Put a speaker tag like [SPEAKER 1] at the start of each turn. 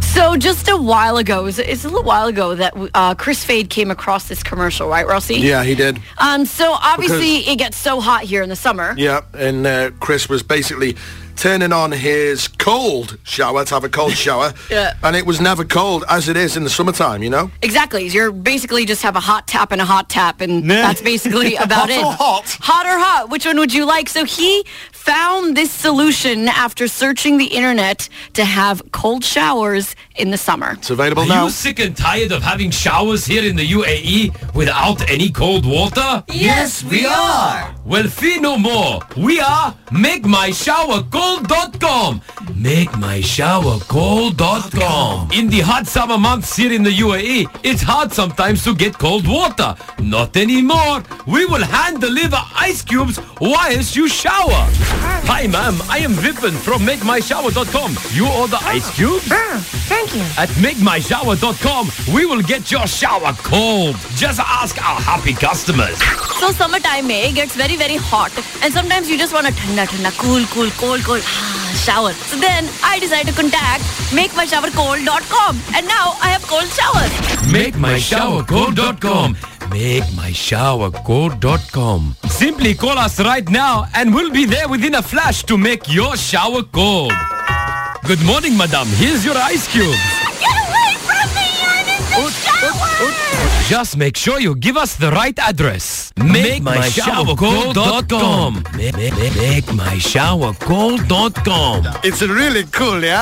[SPEAKER 1] So just a while ago, it was, it's a little while ago that uh, Chris Fade came across this commercial, right, Rossi?
[SPEAKER 2] Yeah, he did.
[SPEAKER 1] Um, so obviously it gets so hot here in the summer.
[SPEAKER 2] Yeah, and uh, Chris was basically turning on his cold shower to have a cold shower.
[SPEAKER 1] Yeah.
[SPEAKER 2] And it was never cold as it is in the summertime, you know?
[SPEAKER 1] Exactly. You're basically just have a hot tap and a hot tap, and
[SPEAKER 3] Nah.
[SPEAKER 1] that's basically about
[SPEAKER 2] Hot
[SPEAKER 1] it.
[SPEAKER 2] or hot?
[SPEAKER 1] Hot or hot? Which one would you like? So he found this solution after searching the internet to have cold showers in the summer.
[SPEAKER 2] It's available
[SPEAKER 4] Are
[SPEAKER 2] now.
[SPEAKER 4] you sick and tired of having showers here in the UAE without any cold water?
[SPEAKER 5] Yes, we are.
[SPEAKER 4] Well, fear no more. We are MakeMyShowerCold.com. MakeMyShowerCold.com. In the hot summer months here in the UAE, it's hard sometimes to get cold water. Not anymore. We will hand deliver ice cubes whilst you shower. Hi, ma'am. I am Vipin from MakeMyShower.com. You order ice cubes?
[SPEAKER 6] Oh. Ah, Thank you.
[SPEAKER 4] At MakeMyShower.com, we will get your shower cold. Just ask our happy customers.
[SPEAKER 6] So summertime mein it gets very very hot and sometimes you just want a thanda thanda cool cool cold cold ah, shower. So then I decide to contact makemyshowercold.com and now I have cold showers.
[SPEAKER 4] MakeMyShowerCold.com. MakeMyShowerCold.com. Simply call us right now and we'll be there within a flash to make your shower cold. Good morning, madam. Here's your ice cube.
[SPEAKER 6] Get away from me! I'm in the shower.
[SPEAKER 4] Just make sure you give us the right address. MakeMyShowerCold.com. MakeMyShowerCold.com.
[SPEAKER 2] It's really cool, yeah?